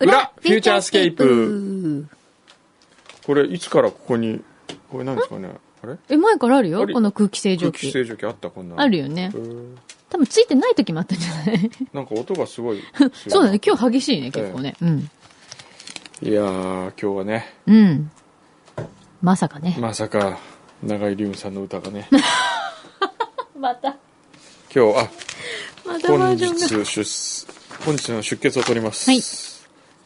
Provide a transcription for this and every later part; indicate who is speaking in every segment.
Speaker 1: ューチャースケープ。
Speaker 2: プ。
Speaker 1: これ、いつからここに、これなんですかね。あれ
Speaker 2: え、前からあるよ
Speaker 1: ある
Speaker 2: この空気清浄
Speaker 1: 空気
Speaker 2: 機。
Speaker 1: 清浄機あったこんなの
Speaker 2: あるよね
Speaker 1: へ。ー
Speaker 2: 多分ついてない時もあったんじゃない
Speaker 1: なんか音がすごい
Speaker 2: そうだね。
Speaker 1: 日
Speaker 2: 今日激しいね、結構ね。うん。
Speaker 1: いやー今日はね
Speaker 2: うん。まさかね。
Speaker 1: まさか永井龍夢さんの歌が ね
Speaker 2: また、
Speaker 1: 今日あ
Speaker 2: またバ
Speaker 1: 本
Speaker 2: ージョンが。
Speaker 1: 日出本日の出血を取ります、
Speaker 2: はい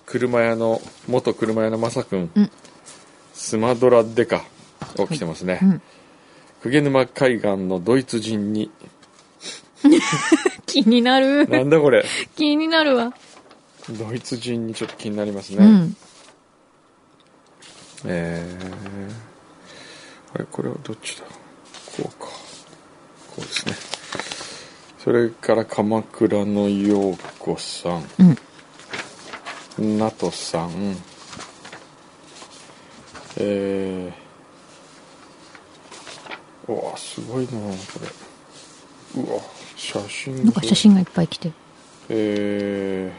Speaker 1: 車屋の元車屋のまさくん、
Speaker 2: うん
Speaker 1: スマドラデカを着てますね、
Speaker 2: うん
Speaker 1: 鵠沼海岸のドイツ人に
Speaker 2: 気になる。
Speaker 1: なんだこれ
Speaker 2: 気になるわ。
Speaker 1: ドイツ人にちょっと気になりますね、
Speaker 2: うん。
Speaker 1: えー、あれこれはどっちだこうかこうですねそれから鎌倉の陽子さ
Speaker 2: うん。
Speaker 1: んなとさんえー、うわすごいなこれうわ写真
Speaker 2: なんか写真がいっぱい来てる。
Speaker 1: えー、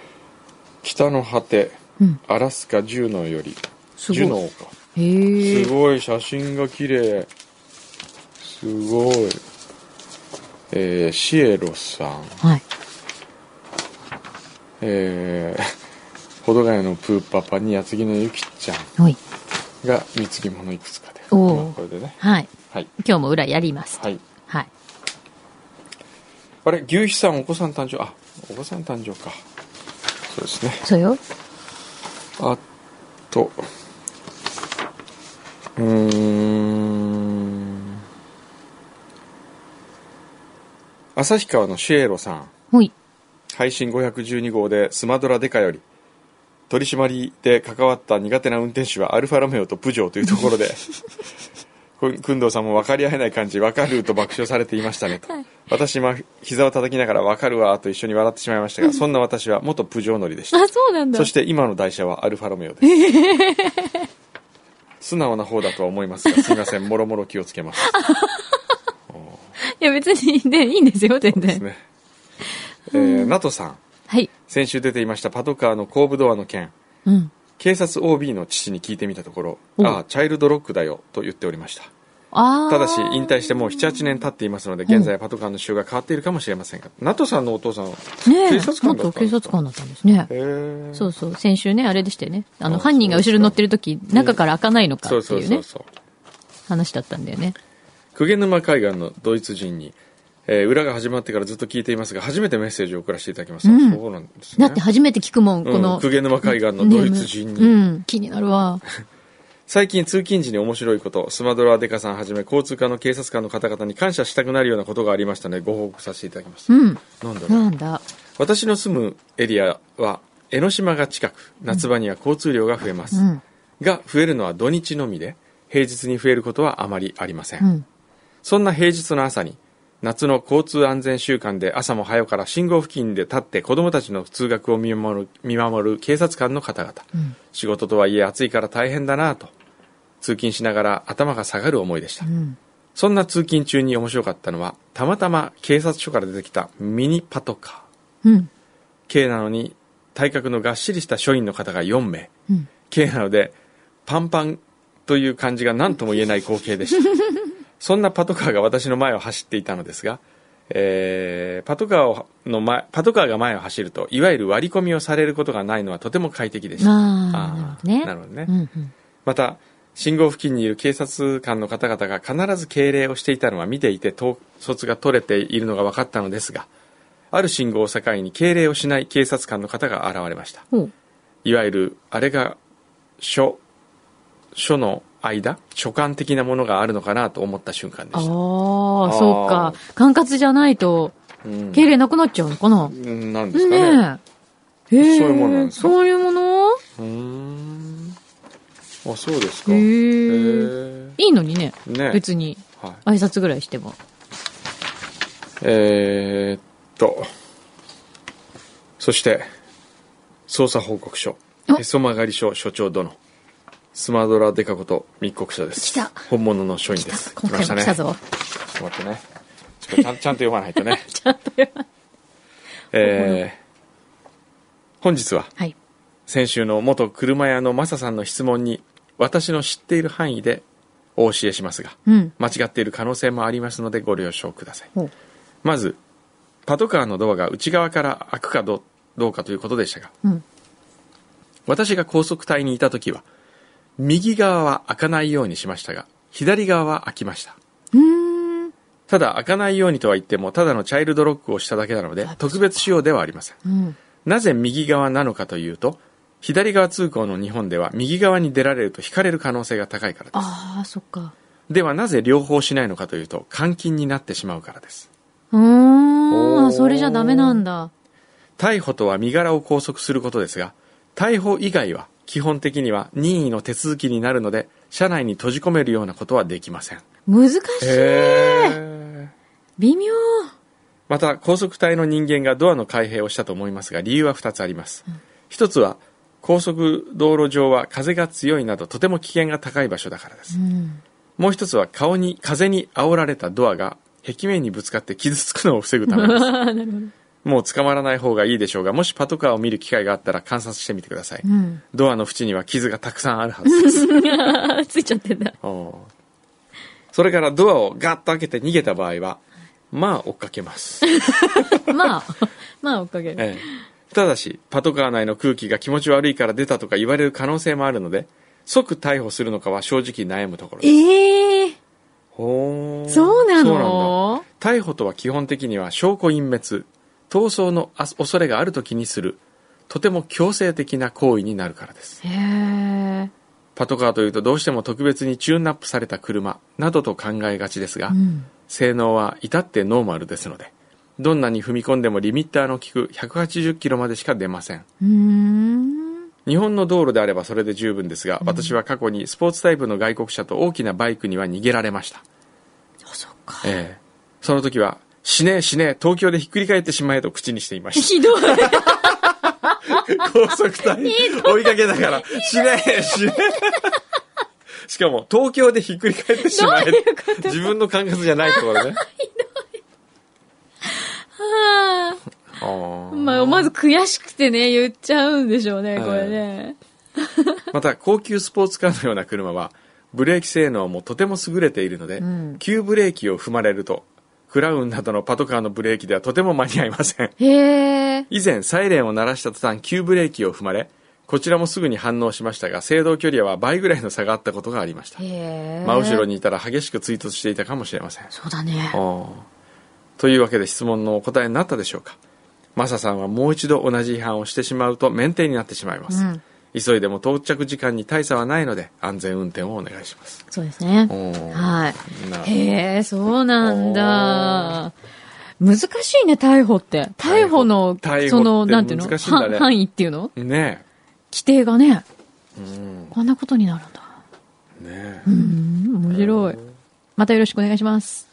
Speaker 1: 北の果て
Speaker 2: うん。
Speaker 1: アラスカジュノより
Speaker 2: すごい
Speaker 1: ジュノーか
Speaker 2: へえ
Speaker 1: す。ごい写真が綺麗すごいえー、シエロさん
Speaker 2: はい。
Speaker 1: えー、保土ヶ谷のプーパパに矢継ぎのゆきちゃん
Speaker 2: おい。
Speaker 1: が貢ぎ物いくつかで
Speaker 2: おー
Speaker 1: まあこれでね
Speaker 2: はい。
Speaker 1: はい
Speaker 2: 今日も裏やります。
Speaker 1: はい
Speaker 2: はい。
Speaker 1: あれ牛肥さんお子さん誕生あお子さん誕生かそうですね
Speaker 2: そうよ。
Speaker 1: あとうーん旭川のシエロさん
Speaker 2: おい。
Speaker 1: 配信512号でスマドラデカより取り締まりで関わった苦手な運転手はアルファロメオとプジョーというところで く工藤さんも分かり合えない感じ分かると爆笑されていましたねと、私も膝を叩きながら分かるわと一緒に笑ってしまいましたがそんな私は元プジョー乗りでした
Speaker 2: あ、そうなんだ。
Speaker 1: そして今の台車はアルファロメオです。素直な方だとは思います が、すいません、もろもろ気をつけます。
Speaker 2: いや、別にね、いいんですよ、全
Speaker 1: です
Speaker 2: 然。
Speaker 1: ね。えー、ナトさん、
Speaker 2: はい。
Speaker 1: 先週出ていましたパトカーの後部ドアの件、
Speaker 2: うん。
Speaker 1: 警察 OB の父に聞いてみたところ、
Speaker 2: お
Speaker 1: ああ、チャイルドロックだよと言っておりました。
Speaker 2: ああ。
Speaker 1: ただし、引退してもう7、8年経っていますので、現在はパトカーの仕様が変わっているかもしれませんが、ナトさんのお父さんは、
Speaker 2: ねえ、
Speaker 1: 警察官だったんですか
Speaker 2: 元警察官だったんですね。
Speaker 1: へー
Speaker 2: そうそう、先週ね、あれでしたよね。あの、
Speaker 1: あ
Speaker 2: 犯人が後ろに乗ってる時、
Speaker 1: か
Speaker 2: 中から開かないのか
Speaker 1: そう
Speaker 2: って
Speaker 1: そう
Speaker 2: いう
Speaker 1: そ
Speaker 2: ね
Speaker 1: う、そう。
Speaker 2: 話だったんだよね。
Speaker 1: 鵠沼海岸のドイツ人に、えー裏が始まってからずっと聞いていますが初めてメッセージを送らせていただきました、
Speaker 2: うん
Speaker 1: そうなんです
Speaker 2: だ
Speaker 1: ね
Speaker 2: って初めて聞くもん、こ
Speaker 1: うん
Speaker 2: の。
Speaker 1: 鵠沼海岸のドイツ人に、
Speaker 2: うん、気になるわ。
Speaker 1: 最近通勤時に面白いことスマドラデカさんはじめ交通課の警察官の方々に感謝したくなるようなことがありましたのでご報告させていただきまし
Speaker 2: うん。
Speaker 1: た、なんだろう
Speaker 2: なんだ。
Speaker 1: 私の住むエリアは江ノ島が近く夏場には交通量が増えます、
Speaker 2: うん。
Speaker 1: が増えるのは土日のみで平日に増えることはあまりありません、
Speaker 2: うん。
Speaker 1: そんな平日の朝に、夏の交通安全週間で朝も早うから信号付近で立って子供たちの通学を見守る見守る警察官の方々、
Speaker 2: ん
Speaker 1: 仕事とはいえ暑いから大変だなぁと、通勤しながら頭が下がる思いでした。
Speaker 2: うん。
Speaker 1: そんな通勤中に面白かったのは、たまたま警察署から出てきたミニパトカー。
Speaker 2: うん。
Speaker 1: 軽なのに、体格のがっしりした署員の方が4名。
Speaker 2: うん。
Speaker 1: 系なのでパンパンという感じが何とも言えない光景でした そんなパトカーが私の前を走っていたのですが、えーパトカーをの前パトカーが前を走るといわゆる割り込みをされることがないのはとても快適でした
Speaker 2: ああ、なるほどね。
Speaker 1: なるほどね、
Speaker 2: うんうん。
Speaker 1: また信号付近にいる警察官の方々が必ず敬礼をしていたのは見ていて統率が取れているのが分かったのですがある信号を境に敬礼をしない警察官の方が現れました
Speaker 2: ほう。
Speaker 1: いわゆるあれが書書の間書簡的なものがあるのかなと思った瞬間で
Speaker 2: あ
Speaker 1: した、
Speaker 2: あ、
Speaker 1: ー
Speaker 2: そうか。管轄じゃないと、
Speaker 1: うん
Speaker 2: 敬礼なくなっちゃうのかな。
Speaker 1: うんなんですかね
Speaker 2: ねえ。へえ。
Speaker 1: そういうものなんですか
Speaker 2: そういうもの
Speaker 1: うーんあそうですか
Speaker 2: へ
Speaker 1: へ
Speaker 2: え。
Speaker 1: え
Speaker 2: いいのにね。
Speaker 1: ね
Speaker 2: 別に。
Speaker 1: はい、
Speaker 2: 挨拶ぐらいしても。
Speaker 1: えー、っとそして捜査報告書
Speaker 2: お
Speaker 1: へそ曲がり署署長殿スマドラデカこと密告者です
Speaker 2: 来た
Speaker 1: 本物の署員です
Speaker 2: 今回も来たぞ。
Speaker 1: ちょっと待ってね。ち ょっとちゃんちゃんと読まないとね。ちゃんと読まない。えー、本日は
Speaker 2: はい。
Speaker 1: 先週の元車屋のマサさんの質問に私の知っている範囲でお教えしますが
Speaker 2: うん。
Speaker 1: 間違っている可能性もありますのでご了承ください
Speaker 2: ほう。
Speaker 1: まずパトカーのドアが内側から開くかどどうかということでしたが
Speaker 2: うん。
Speaker 1: 私が高速隊にいた時は右側は開かないようにしましたが左側は開きました
Speaker 2: うーん。
Speaker 1: ただ開かないようにとは言ってもただのチャイルドロックをしただけなので特別仕様ではありません
Speaker 2: うん。
Speaker 1: なぜ右側なのかというと左側通行の日本では右側に出られると引かれる可能性が高いからです
Speaker 2: ああ、そっか。
Speaker 1: ではなぜ両方しないのかというと監禁になってしまうからです
Speaker 2: うーん。
Speaker 1: おー
Speaker 2: あ、それじゃダメなんだ。
Speaker 1: 逮捕とは身柄を拘束することですが逮捕以外は基本的には任意の手続きになるので車内に閉じ込めるようなことはできません
Speaker 2: 難しい。
Speaker 1: へえ
Speaker 2: 微妙。
Speaker 1: また高速隊の人間がドアの開閉をしたと思いますが理由は2つあります、一つは高速道路上は風が強いなどとても危険が高い場所だからです、
Speaker 2: うん。
Speaker 1: もう一つは顔に風に煽られたドアが壁面にぶつかって傷つくのを防ぐためです もう捕まらない方がいいでしょうがもしパトカーを見る機会があったら観察してみてください、
Speaker 2: うん。
Speaker 1: ドアの縁には傷がたくさんあるはずで す
Speaker 2: ついちゃってんだ。
Speaker 1: おうそれからドアをガッと開けて逃げた場合はまあ追っか けます、
Speaker 2: ま あ、まあ、おかげで。
Speaker 1: ええただしパトカー内の空気が気持ち悪いから出たとか言われる可能性もあるので即逮捕するのかは正直悩むところです
Speaker 2: ええ
Speaker 1: ほー
Speaker 2: そうな
Speaker 1: そうなんだ
Speaker 2: の
Speaker 1: 逮捕とは基本的には証拠隠滅逃走のあ恐れがある時にするとても強制的な行為になるからです
Speaker 2: へえ。
Speaker 1: パトカーというとどうしても特別にチューンナップされた車などと考えがちですが、
Speaker 2: うん。
Speaker 1: 性能は至ってノーマルですのでどんなに踏み込んでもリミッターの効く180キロまでしか出ません
Speaker 2: うーん。
Speaker 1: 日本の道路であればそれで十分ですが、私は過去にスポーツタイプの外国車と大きなバイクには逃げられました
Speaker 2: あ、そっか。
Speaker 1: ええその時は「死ねえ死ねえ東京でひっくり返ってしまえ」と口にしていまし
Speaker 2: ひどい。
Speaker 1: た高速隊追いかけ だから「死ねえ死ね え」しかも東京でひっくり返ってしまえ自分の管轄じゃないと ころね
Speaker 2: あ
Speaker 1: あー
Speaker 2: ーまあ、まず悔しくてね、言っちゃうんでしょうね、これね。
Speaker 1: また高級スポーツカーのような車はブレーキ性能もとても優れているので、
Speaker 2: うん
Speaker 1: 急ブレーキを踏まれるとクラウンなどのパトカーのブレーキではとても間に合いません
Speaker 2: へえ。
Speaker 1: 以前サイレンを鳴らした途端急ブレーキを踏まれこちらもすぐに反応しましたが制動距離は倍ぐらいの差があったことがありました
Speaker 2: へえ。
Speaker 1: 真後ろ。にいたら激しく追突していたかもしれません
Speaker 2: そうだね。
Speaker 1: おーというわけで質問のお答えになったでしょうかマサさんはもう一度同じ違反をしてしまうと免停になってしまいます、
Speaker 2: うん
Speaker 1: 急いでも到着時間に大差はないので安全運転をお願いします
Speaker 2: そうですね。
Speaker 1: は
Speaker 2: はい。
Speaker 1: いな
Speaker 2: へえ、そうなんだ。難しいね、逮捕って。逮捕の、
Speaker 1: 逮
Speaker 2: そ
Speaker 1: 捕逮捕
Speaker 2: の、
Speaker 1: って
Speaker 2: なんていうの、
Speaker 1: 難しいんだね
Speaker 2: 範範囲っていうの
Speaker 1: ね
Speaker 2: 規定がね、
Speaker 1: えうん
Speaker 2: こんなことになるんだ。
Speaker 1: ね
Speaker 2: う
Speaker 1: え
Speaker 2: ん、面白い。またよろしくお願いします。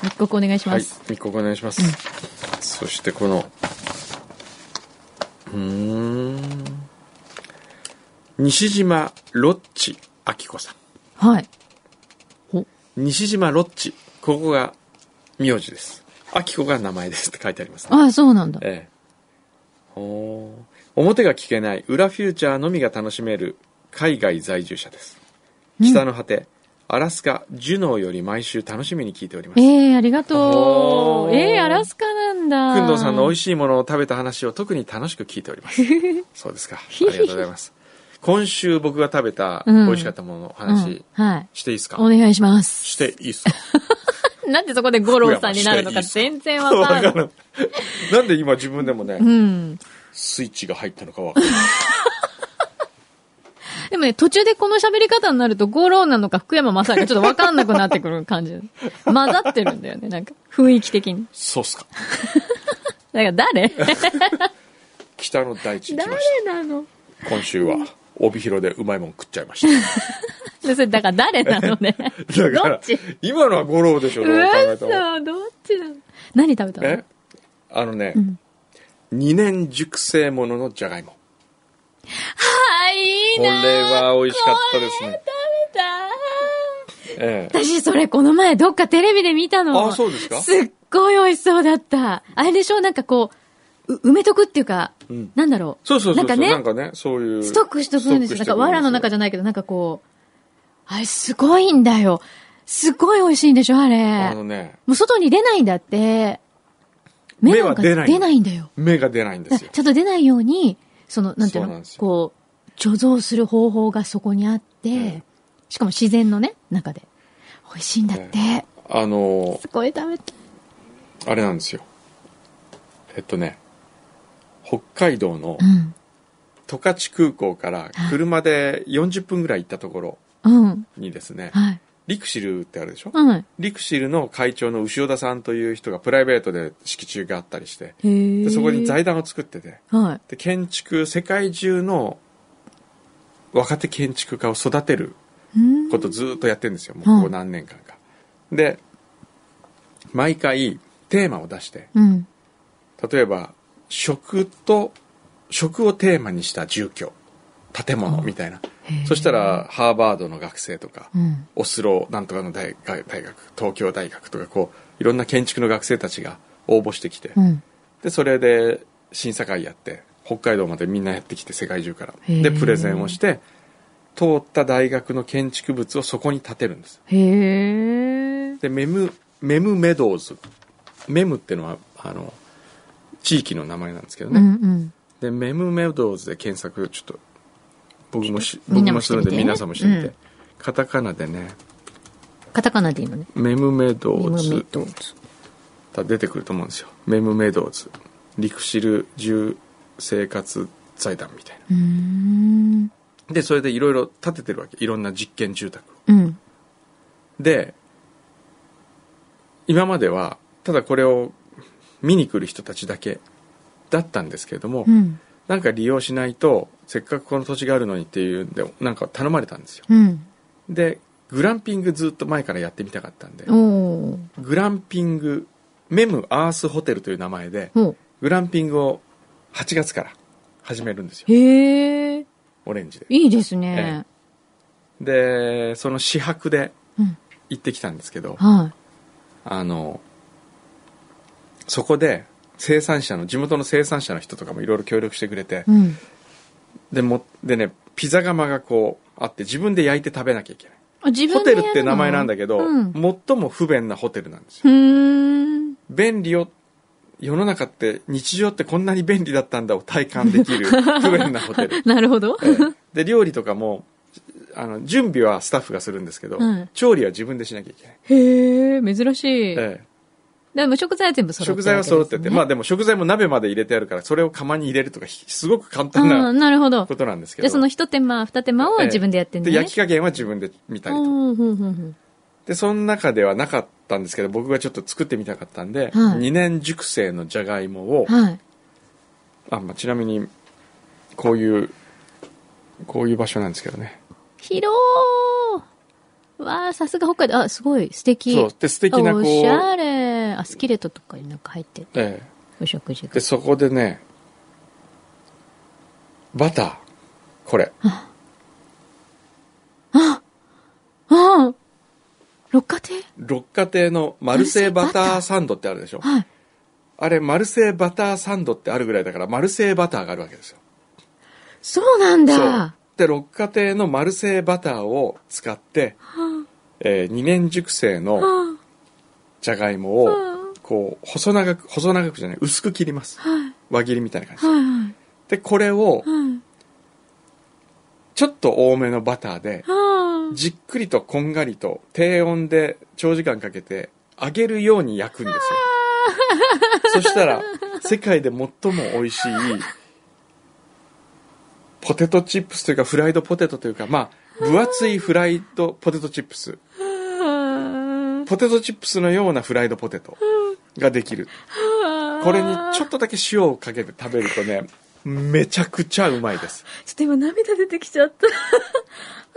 Speaker 2: 密告お願いし
Speaker 1: は
Speaker 2: ま
Speaker 1: い
Speaker 2: す。
Speaker 1: 密告お願いします、そしてこのうーん西島ロッチ明子さん
Speaker 2: はい。
Speaker 1: 西島ロッチここが名字です明子が名前ですって書いてありますね
Speaker 2: ああ、そうなんだ。
Speaker 1: ええほう表が聞けない裏フューチャーのみが楽しめる海外在住者です
Speaker 2: うん
Speaker 1: 北の果て、アラスカジュノーより毎週楽しみに聞いております工
Speaker 2: ええありがと
Speaker 1: お
Speaker 2: う。
Speaker 1: ー
Speaker 2: ええアラスカなんだ。
Speaker 1: 藤さんの美味
Speaker 2: しい。
Speaker 1: しいものを食べた話を特に楽しく聞いてお りますそうですかありがとうございます今週僕が食べた美味しかったものの話
Speaker 2: はい。
Speaker 1: していいですか、
Speaker 2: お願いし ます。
Speaker 1: していいですか
Speaker 2: なんでそこで五郎さんになるのか全然わかんない。
Speaker 1: わからんなんで今自分でもね、
Speaker 2: うん。
Speaker 1: スイッチが入ったのかわからない
Speaker 2: でもね、途中でこの喋り方になると、五郎なのか福山雅治かちょっとわかんなくなってくる 感じ。混ざってるんだよね、なんか、雰囲気的に。
Speaker 1: そうっすか
Speaker 2: だから誰
Speaker 1: 北の大地行きま
Speaker 2: 誰
Speaker 1: した
Speaker 2: なの
Speaker 1: 今週は帯広でうまいもん食っちゃいました
Speaker 2: でそれだから誰なのね。
Speaker 1: だか
Speaker 2: ど
Speaker 1: ら
Speaker 2: っち
Speaker 1: 今のは五郎でしょ
Speaker 2: う
Speaker 1: どう考えて
Speaker 2: そ、
Speaker 1: も
Speaker 2: どっちなの何食べたの
Speaker 1: えあのね、
Speaker 2: うん
Speaker 1: 2年熟成もののじゃがいも
Speaker 2: はい、いい
Speaker 1: これ
Speaker 2: な
Speaker 1: は美味しかったですね、
Speaker 2: 食べた
Speaker 1: ええ、
Speaker 2: 私、それこの前どっかテレビで見たの。
Speaker 1: あそうですか
Speaker 2: すっごい美味しそうだった。あれでしょなんかこう、う埋めとくっていうか、
Speaker 1: うん
Speaker 2: なんだろう。
Speaker 1: そうそうそうそ
Speaker 2: な
Speaker 1: う。
Speaker 2: んかね
Speaker 1: なんかね、そういう。
Speaker 2: ストックしとくんですよ。なんか、藁の中
Speaker 1: じ
Speaker 2: じゃないけど、なんかこう、あれすごいんだよ。すごい美味しいんでしょ、あれ。
Speaker 1: あのね、
Speaker 2: もう外に出ないんだって。目なんか
Speaker 1: 目は出
Speaker 2: 出
Speaker 1: な
Speaker 2: ないいんだよ。
Speaker 1: 芽が出ないんで
Speaker 2: だ
Speaker 1: す
Speaker 2: か
Speaker 1: よ
Speaker 2: ら。ちゃんと出ないように、その、なんていう
Speaker 1: そうなん
Speaker 2: の
Speaker 1: ですよ
Speaker 2: こう、貯蔵する方法がそこにあって、
Speaker 1: ん
Speaker 2: しかも自然のね、中で。美味しいんだって。
Speaker 1: あの、
Speaker 2: すごい食べたい。
Speaker 1: あれなんですよ。えっとね、北海道の
Speaker 2: うん。
Speaker 1: 十勝空港から車で40分ぐらい行ったところ
Speaker 2: うん。
Speaker 1: にですね、
Speaker 2: はい。
Speaker 1: リクシルってあるでしょ
Speaker 2: はい。
Speaker 1: リクシルの会長の潮田さんという人がプライベートで敷地があったりして、
Speaker 2: へー
Speaker 1: でそこに財団を作ってて、
Speaker 2: はい。
Speaker 1: で建築、世界中の若手建築家を育てる
Speaker 2: うん
Speaker 1: ことずーっとやってるんですよ、もうここ
Speaker 2: うん
Speaker 1: 何年間か。で、毎回テーマを出して、
Speaker 2: うん。
Speaker 1: 例えば食と食をテーマにした住居建物みたいな、そしたらハーバードの学生とか、
Speaker 2: うん。
Speaker 1: オスロなんとかの大大大学東京大学とかこういろんな建築の学生たちが応募してきて、
Speaker 2: うん。
Speaker 1: でそれで審査会やって北海道までみんなやってきて世界中から
Speaker 2: へー
Speaker 1: でプレゼンをして通った大学の建築物をそこに建てるんです
Speaker 2: へえ。
Speaker 1: でメムメムメドーズメムってのはあの地域の名前なんですけどね、
Speaker 2: うんうん。
Speaker 1: でメムメドーズで検索ちょっと僕もし
Speaker 2: みん
Speaker 1: 僕
Speaker 2: な
Speaker 1: も
Speaker 2: も
Speaker 1: するんで
Speaker 2: してみてね
Speaker 1: 皆さんもしてみて、
Speaker 2: うん
Speaker 1: カタカナでね
Speaker 2: カタカナでいいのね。
Speaker 1: メムメド
Speaker 2: リム
Speaker 1: ー
Speaker 2: メ
Speaker 1: ズ
Speaker 2: ドーズ。
Speaker 1: 多分出てくると思うんですよメムメドーズリクシル住生活財団みたいう
Speaker 2: ーん。
Speaker 1: なでそれでいろいろ建ててるわけいろんな実験住宅を
Speaker 2: うん。
Speaker 1: で今まではただこれを見に来る人たちだけだったんですけれども、
Speaker 2: うん。
Speaker 1: なんか利用しないとせっかくこの土地があるのにっていうんでなんか頼まれたんですよ
Speaker 2: うん。
Speaker 1: でグランピングずっと前からやってみたかったんで
Speaker 2: おー。
Speaker 1: グランピングメムアースホテルという名前で
Speaker 2: お
Speaker 1: グランピングを8月から始めるんですよ
Speaker 2: へえ。
Speaker 1: オレンジで
Speaker 2: いいですね。
Speaker 1: でその私泊で
Speaker 2: うん。
Speaker 1: 行ってきたんですけど
Speaker 2: は
Speaker 1: あのそこで生産者の地元の生産者の人とかもいろいろ協力してくれて
Speaker 2: い。うん。
Speaker 1: でもでねピザ窯がこうあって自分で焼いて食べなきゃいけない
Speaker 2: あ自
Speaker 1: ホ
Speaker 2: 分で
Speaker 1: テ
Speaker 2: や
Speaker 1: ル
Speaker 2: るの
Speaker 1: って名前なんだけど、
Speaker 2: うん。ふ
Speaker 1: 最も不便なホテルなんですよ
Speaker 2: ーん。
Speaker 1: 便利を世の中って日常ってこんなに便利だったんだを体感 できる不便なホテル
Speaker 2: なるほど。
Speaker 1: ええで料理とかもあの準備はスタッフがするんですけど、
Speaker 2: うん
Speaker 1: 調理は自分でしなきゃいけない、
Speaker 2: へえ、珍しい。
Speaker 1: ええ
Speaker 2: でも食材は全部揃ってる
Speaker 1: 食材は揃ってて、まあ
Speaker 2: あ、
Speaker 1: でも食材も鍋まで入れてあるからそれを釜に入れるとかひすごく簡単
Speaker 2: あー
Speaker 1: な
Speaker 2: なるほど。
Speaker 1: ことなんですけ
Speaker 2: じゃあ
Speaker 1: ど
Speaker 2: その一手間、二手間を
Speaker 1: ええ
Speaker 2: 自分でやってん
Speaker 1: で
Speaker 2: ね。
Speaker 1: 焼き加減は自分で見たりとか
Speaker 2: うんうんうん
Speaker 1: で、その中ではなかったんですけど、僕がちょっと作ってみたかったんで、
Speaker 2: はい
Speaker 1: 2年熟成のじゃがいもを
Speaker 2: うん。、はい。
Speaker 1: あ、まあ、ちなみに、こういう、こういう場所なんですけどね。
Speaker 2: 広ーわあ、さすが北海道。あ、すごい、素敵。
Speaker 1: そう。で、素敵なこう、
Speaker 2: おし
Speaker 1: え
Speaker 2: ゃれ。あ、スキレットとかになんか入ってる。
Speaker 1: え
Speaker 2: お食事が
Speaker 1: で、。そこでね、バター、これ。
Speaker 2: ああ六花亭
Speaker 1: 六花亭のマルセイバターサンドってあるでしょ。
Speaker 2: はい。
Speaker 1: あれ、マルセイバターサンドってあるぐらいだから、マルセイバターがあるわけですよ。
Speaker 2: そうなん
Speaker 1: そう
Speaker 2: だ。。
Speaker 1: で、六花亭のマルセイバターを使って、え2年熟成の
Speaker 2: は
Speaker 1: じゃがいもを
Speaker 2: うん、
Speaker 1: こう、細長く、細長くじゃない、薄く切ります。
Speaker 2: あはい。
Speaker 1: 輪切りみたいな感じ
Speaker 2: はいはい。
Speaker 1: で。で、これを、
Speaker 2: はい。
Speaker 1: ちょっと多めのバターで、
Speaker 2: はあ
Speaker 1: じっくりとこんがりと、低温で長時間かけて、揚げるように焼くんですよ。そしたら、世界で最も美味しい、ポテトチップスというか、フライドポテトというか、まあ、分厚いフライドポテトチップス。
Speaker 2: は
Speaker 1: ポテトチップスのようなフライドポテトができる。
Speaker 2: あ
Speaker 1: これにちょっとだけ塩をかけて食べるとね、めちゃくちゃうまいです。
Speaker 2: ちょっと今涙出てきちゃった。ああ、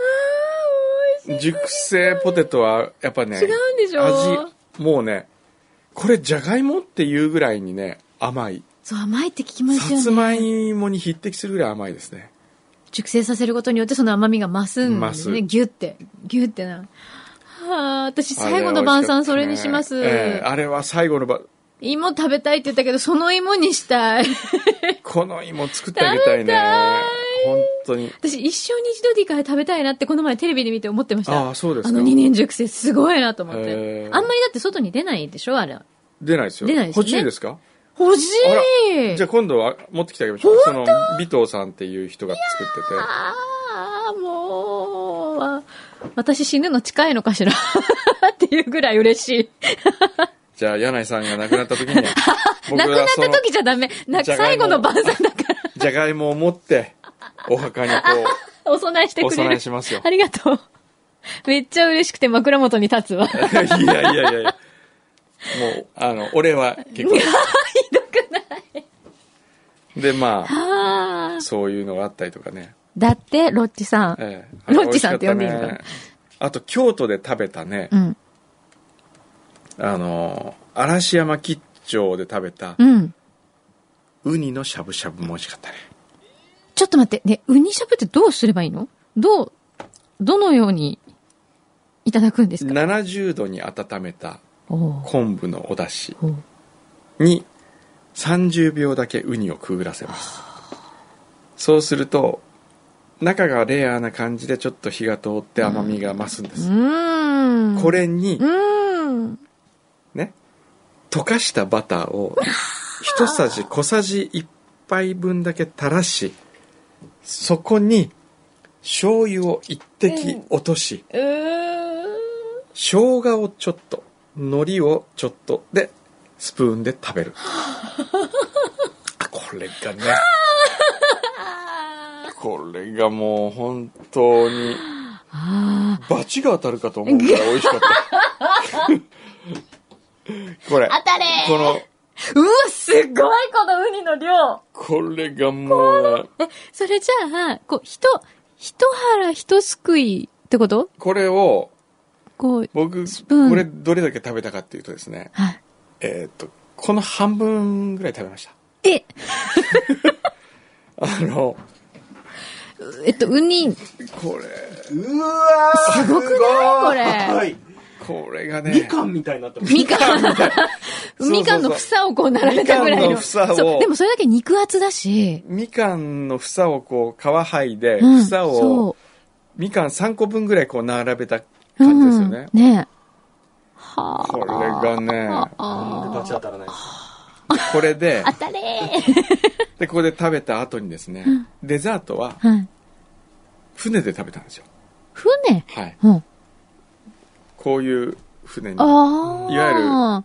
Speaker 2: 美味し
Speaker 1: 熟成ポテトはやっぱね、
Speaker 2: い。違うんでしょ
Speaker 1: 味、もうね、これじゃがいもっていうぐらいにね、甘い。
Speaker 2: そう、甘いって聞きます
Speaker 1: さ
Speaker 2: よ
Speaker 1: つ
Speaker 2: ね。
Speaker 1: まいもに匹敵するぐらい甘いですね。
Speaker 2: 熟成させることによってその甘みが増すんで
Speaker 1: 増
Speaker 2: す
Speaker 1: す
Speaker 2: ね。ギュって。ギュってな。はあ、私
Speaker 1: あれ
Speaker 2: 最後の晩餐それ
Speaker 1: 美
Speaker 2: に
Speaker 1: 味
Speaker 2: し
Speaker 1: かった
Speaker 2: ま。
Speaker 1: ですすねええあれは最後の晩、
Speaker 2: 芋食べたいって言ったけど、その芋にしたい。
Speaker 1: この芋作ってあげたいね。本当に。
Speaker 2: 私、一生に一度でいいから食べたいなって、この前テレビで見て思ってました。
Speaker 1: ああ、そうです
Speaker 2: あ
Speaker 1: か。
Speaker 2: の二年熟成すごいなと思って。あ
Speaker 1: へー
Speaker 2: んまりだって外に出ないでしょあれ。
Speaker 1: 出ないですよ。
Speaker 2: 出ないですよね
Speaker 1: 欲しいですか
Speaker 2: 欲し
Speaker 1: あら
Speaker 2: い
Speaker 1: じゃあ今度は持ってきてあげましょう。その、尾藤さんっていう人が作ってて。
Speaker 2: ああ、もう、わ私死ぬの近いのかしら っていうぐらい嬉しい。
Speaker 1: じゃあ、柳井さんが亡くなった 時に、僕
Speaker 2: 亡くなっ
Speaker 1: はそ
Speaker 2: た
Speaker 1: の、
Speaker 2: 時じゃダメ。な
Speaker 1: じゃが
Speaker 2: 最
Speaker 1: いも
Speaker 2: 後の晩餐だか
Speaker 1: じゃがいもを持って、お墓にこ
Speaker 2: ら、 お供えして
Speaker 1: う、お
Speaker 2: くれ
Speaker 1: 供え
Speaker 2: る。
Speaker 1: しますよ
Speaker 2: あ。りがとう。めっちゃ嬉しくて枕元に立つわ。
Speaker 1: いやいやいやいやもう、あの、俺は結 構。ひどくない。で、まあ、
Speaker 2: あー
Speaker 1: そういうのがあったりとかね。
Speaker 2: だって、ロッチさん。
Speaker 1: ええあの
Speaker 2: ロッチさんって呼んでいいのかな
Speaker 1: 美味しったねあと、京都で食べたね
Speaker 2: う、ん。
Speaker 1: あの、嵐山吉兆で食べた、
Speaker 2: うん。
Speaker 1: ウニのしゃぶしゃぶも美味しかったね。
Speaker 2: ちょっと待って。ね、ウニしゃぶってどうすればいいのどう、どのようにいただくんですか
Speaker 1: 70度に温めた
Speaker 2: おー
Speaker 1: 昆布のお出汁
Speaker 2: おー
Speaker 1: に30秒だけウニをくぐらせますそうすると中がレアな感じでちょっと火が通って甘みが増すんで
Speaker 2: う
Speaker 1: す、
Speaker 2: ーん。
Speaker 1: こ。れに
Speaker 2: うーん。
Speaker 1: ね溶かしたバターを一さじ小さじ1杯分だけ垂らしそこに醤油を一滴落とし、
Speaker 2: うーん。
Speaker 1: 生姜をちょっと海苔をちょっとでスプーンで食 べるあこれがね これがもう本当に
Speaker 2: あ
Speaker 1: バチが当たるかと思うから美味しかった これ
Speaker 2: あ。当たれ
Speaker 1: この
Speaker 2: うわ、すごいこのウニの量
Speaker 1: これがもう
Speaker 2: え、それじゃあ、こう、ひと、一腹一すくいってこと
Speaker 1: これを
Speaker 2: こう、
Speaker 1: 僕
Speaker 2: スプーン
Speaker 1: これどれだけ食べたかっていうとですね
Speaker 2: は
Speaker 1: えーっとこの半分ぐらい食べました
Speaker 2: い。え、
Speaker 1: あの
Speaker 2: えっと、ウニ、
Speaker 1: これ
Speaker 3: うわーすごく
Speaker 2: こ
Speaker 3: は
Speaker 2: れ。
Speaker 3: い。
Speaker 1: これがね
Speaker 3: みかんみたいになってます。
Speaker 2: みかん、
Speaker 1: そう
Speaker 2: みかんの房をこう並べたぐらいの。
Speaker 1: みかんの房を
Speaker 2: そう、でもそれだけ肉厚だし。
Speaker 1: みかんの房をこう皮剥いで、
Speaker 2: うん、
Speaker 1: 房
Speaker 2: そ
Speaker 1: を
Speaker 2: う
Speaker 1: みかん3個分ぐらいこう並べた感じですよね、
Speaker 2: うん、ねはあ。
Speaker 1: これがね
Speaker 2: あ
Speaker 3: バチ当たらないです。
Speaker 1: これで
Speaker 2: あ。当たれ
Speaker 1: でここで食べた後にですね、デザートは
Speaker 2: ー。はい。
Speaker 1: 船で食べたんですよ
Speaker 2: 船
Speaker 1: はい
Speaker 2: うん。
Speaker 1: こういう船にあ
Speaker 2: ああ。
Speaker 1: いわの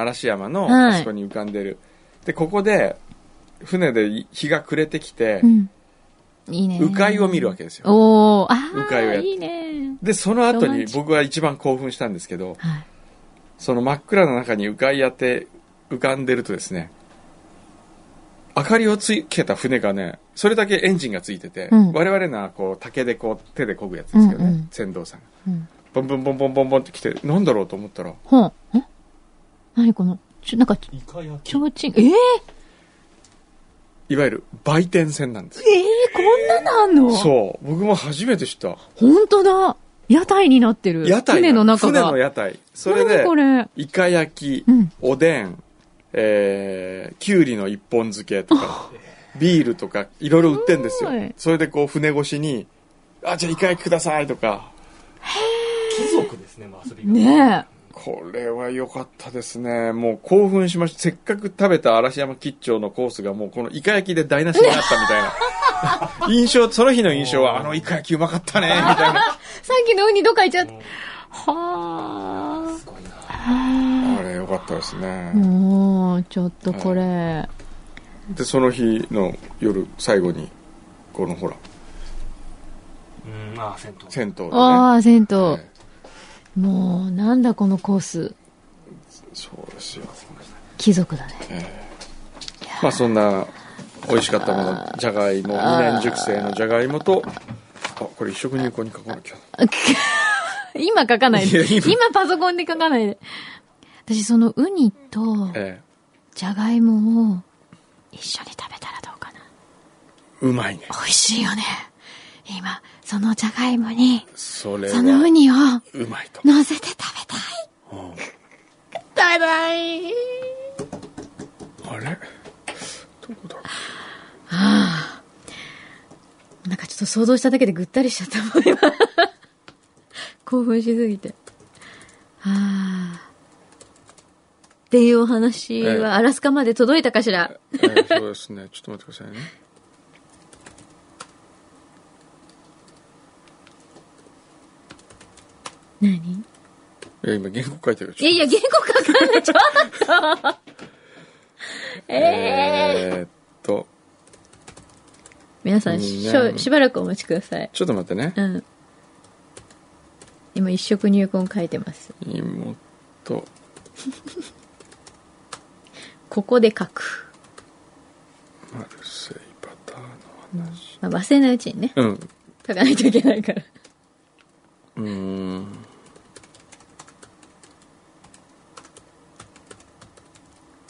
Speaker 1: 嵐山の
Speaker 2: はい
Speaker 1: あそこに浮かんでる、でここで船でい日が暮れてきて、
Speaker 2: うん。いいね。
Speaker 1: 鵜飼を見るわけですよ
Speaker 2: おお、ああ、
Speaker 1: 鵜飼をやって
Speaker 2: いいね。
Speaker 1: でその後
Speaker 2: ロマ
Speaker 1: に
Speaker 2: ンチック
Speaker 1: 僕が一番興奮したんですけど
Speaker 2: はい。
Speaker 1: その真っ暗の中に浮かい当て、浮かんでるとですね、明かりをつけた船がね、それだけエンジンがついてて、
Speaker 2: うん
Speaker 1: 我々のはこう竹でこう手で漕ぐやつですけどね、
Speaker 2: うんうん
Speaker 1: 船頭さんが。
Speaker 2: うん。
Speaker 1: ボンボンボンボンボンボンって来て、なんだろうと思ったら、
Speaker 2: ほん。え何この、ちょ、なんか、
Speaker 3: イカ焼き。
Speaker 2: ちょうちん、えー、え
Speaker 1: いわゆる売店船なんですよ。
Speaker 2: ー、こんなのあんのう。
Speaker 1: そう。僕も初めて知った。
Speaker 2: ほんとだ。屋台になってる。
Speaker 1: 屋台
Speaker 2: 船の
Speaker 1: な
Speaker 2: 中が。
Speaker 1: 船の屋台。それ
Speaker 2: 何
Speaker 1: で
Speaker 2: こ、れ。
Speaker 1: イカ焼き、
Speaker 2: うん
Speaker 1: おでん、えー、きゅうりの一本漬け とか、ビールとか、いろいろ売ってんですよ
Speaker 2: すごい。
Speaker 1: それでこう、船越しに、あ、じゃあイカ焼きくださいとか、
Speaker 3: 貴族ですね、まあ遊びが。
Speaker 2: ね
Speaker 1: これは良かったですね。もう興奮しました。せっかく食べた嵐山吉兆のコースがもうこのイカ焼きで台無しになったみたいな。 印象、その日の印象は、あのイカ焼きうまかったね、みたいな。
Speaker 2: え。さっきのウニどっか行っちゃった。は
Speaker 3: すごいな。
Speaker 1: あれ良かったですね
Speaker 2: あ。。もう、ちょっとこれ。
Speaker 1: で、その日の夜、最後に、このほら、
Speaker 3: うん、まあ、銭湯。
Speaker 1: 銭湯でね。
Speaker 2: ああ、銭湯。
Speaker 1: はい
Speaker 2: もう、なんだこのコース。
Speaker 1: そうですよ。
Speaker 2: 貴族だね。
Speaker 1: まあそんな美味しかったもの、じゃがいも、二年熟成のじゃがいもと、あ、これ一食入稿に書かなきゃ。
Speaker 2: 今書かない
Speaker 1: いや
Speaker 2: で。
Speaker 1: 今
Speaker 2: 今パソコンで書かないで。私、そのウニと、
Speaker 1: え
Speaker 2: じゃがいもを一緒に食べたらどうかな。
Speaker 1: えうまいね。
Speaker 2: 美味しいよね。今、そのじゃがいもに、
Speaker 1: それ
Speaker 2: そのウ
Speaker 1: は、
Speaker 2: ニを乗
Speaker 1: うまいと。
Speaker 2: せて食べたい。食べたい。
Speaker 1: あれどこだ
Speaker 2: なんかちょっと想像しただけでぐったりしちゃったもん、今。興奮しすぎて。ああ。っていうお話
Speaker 1: ええ
Speaker 2: はアラスカまで届いたかしら。
Speaker 1: えーそうですね。ちょっと待ってくださいね。
Speaker 2: 何
Speaker 1: えー今原稿書いてる
Speaker 2: いやいや、言語かかんない。ちょっと。ええ
Speaker 1: えーっと、
Speaker 2: 皆さん
Speaker 1: いい
Speaker 2: し
Speaker 1: ね
Speaker 2: ょ、しばらくお待ちください。
Speaker 1: ちょっと待ってね
Speaker 2: う。ん。今、一色入魂書いてます。
Speaker 1: 妹。
Speaker 2: ここで書く。
Speaker 1: マルセイバターの話。
Speaker 2: まあ、忘れないうちにね、
Speaker 1: うん。う
Speaker 2: 書かないといけないから。
Speaker 1: ー
Speaker 2: っ
Speaker 1: ん。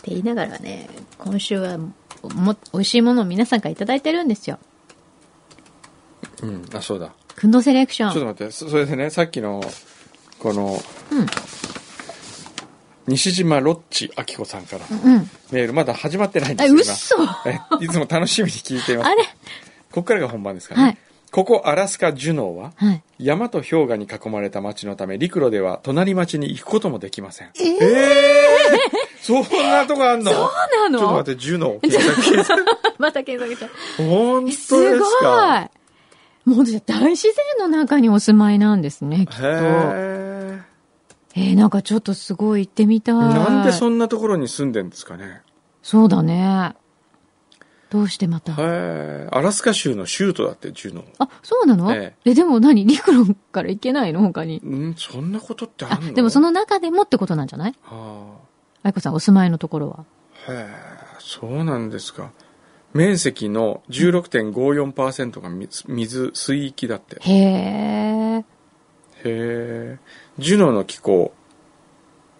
Speaker 2: て言いながらね、今週はも、美味しいものを皆さんからいただいてるんですよ。
Speaker 1: うん。あ、そうだ。
Speaker 2: くんどセレクショ
Speaker 1: ちょっと
Speaker 2: ン。
Speaker 1: 待って。そそれでね、さっきの、この、
Speaker 2: うん
Speaker 1: 西島ロッチ明子さんから
Speaker 2: うん。
Speaker 1: メール、まだ始まってないん
Speaker 2: え、
Speaker 1: ですよ。今
Speaker 2: 嘘あ
Speaker 1: えいつも楽しみに聞いています。
Speaker 2: れ
Speaker 1: ここからが本番ですからね。
Speaker 2: はい
Speaker 1: ここアラスカジュノーは、
Speaker 2: はい。
Speaker 1: 山と氷河に囲まれた町のため陸路では隣町に行くこともできませんえー、そんなとこあんのそう
Speaker 2: なの
Speaker 1: ちょっと待ってジュノー検索検索
Speaker 2: また検索しちゃう。
Speaker 1: 本当です
Speaker 2: すごい
Speaker 1: か
Speaker 2: もう本当じゃ大自然の中にお住まいなんですね、きっと。
Speaker 1: へえ
Speaker 2: えーなんかちょっとすごい行ってみたい。
Speaker 1: なんでそ
Speaker 2: ん
Speaker 1: んなところに住んでんですかね
Speaker 2: そうだね。どうしてまた。
Speaker 1: へえアラスカ州の州都だってジュノー
Speaker 2: あ、そうなの
Speaker 1: え
Speaker 2: えでも何陸路から行けないの他に。
Speaker 1: うんそんなことってあ
Speaker 2: あ
Speaker 1: んの、
Speaker 2: でもその中でもってことなんじゃない
Speaker 1: は
Speaker 2: 愛子さんお住まいのところは。
Speaker 1: あへえそうなんですか面積の16.54%が水水水域だって
Speaker 2: へえ。
Speaker 1: へえ。ジュノの気候、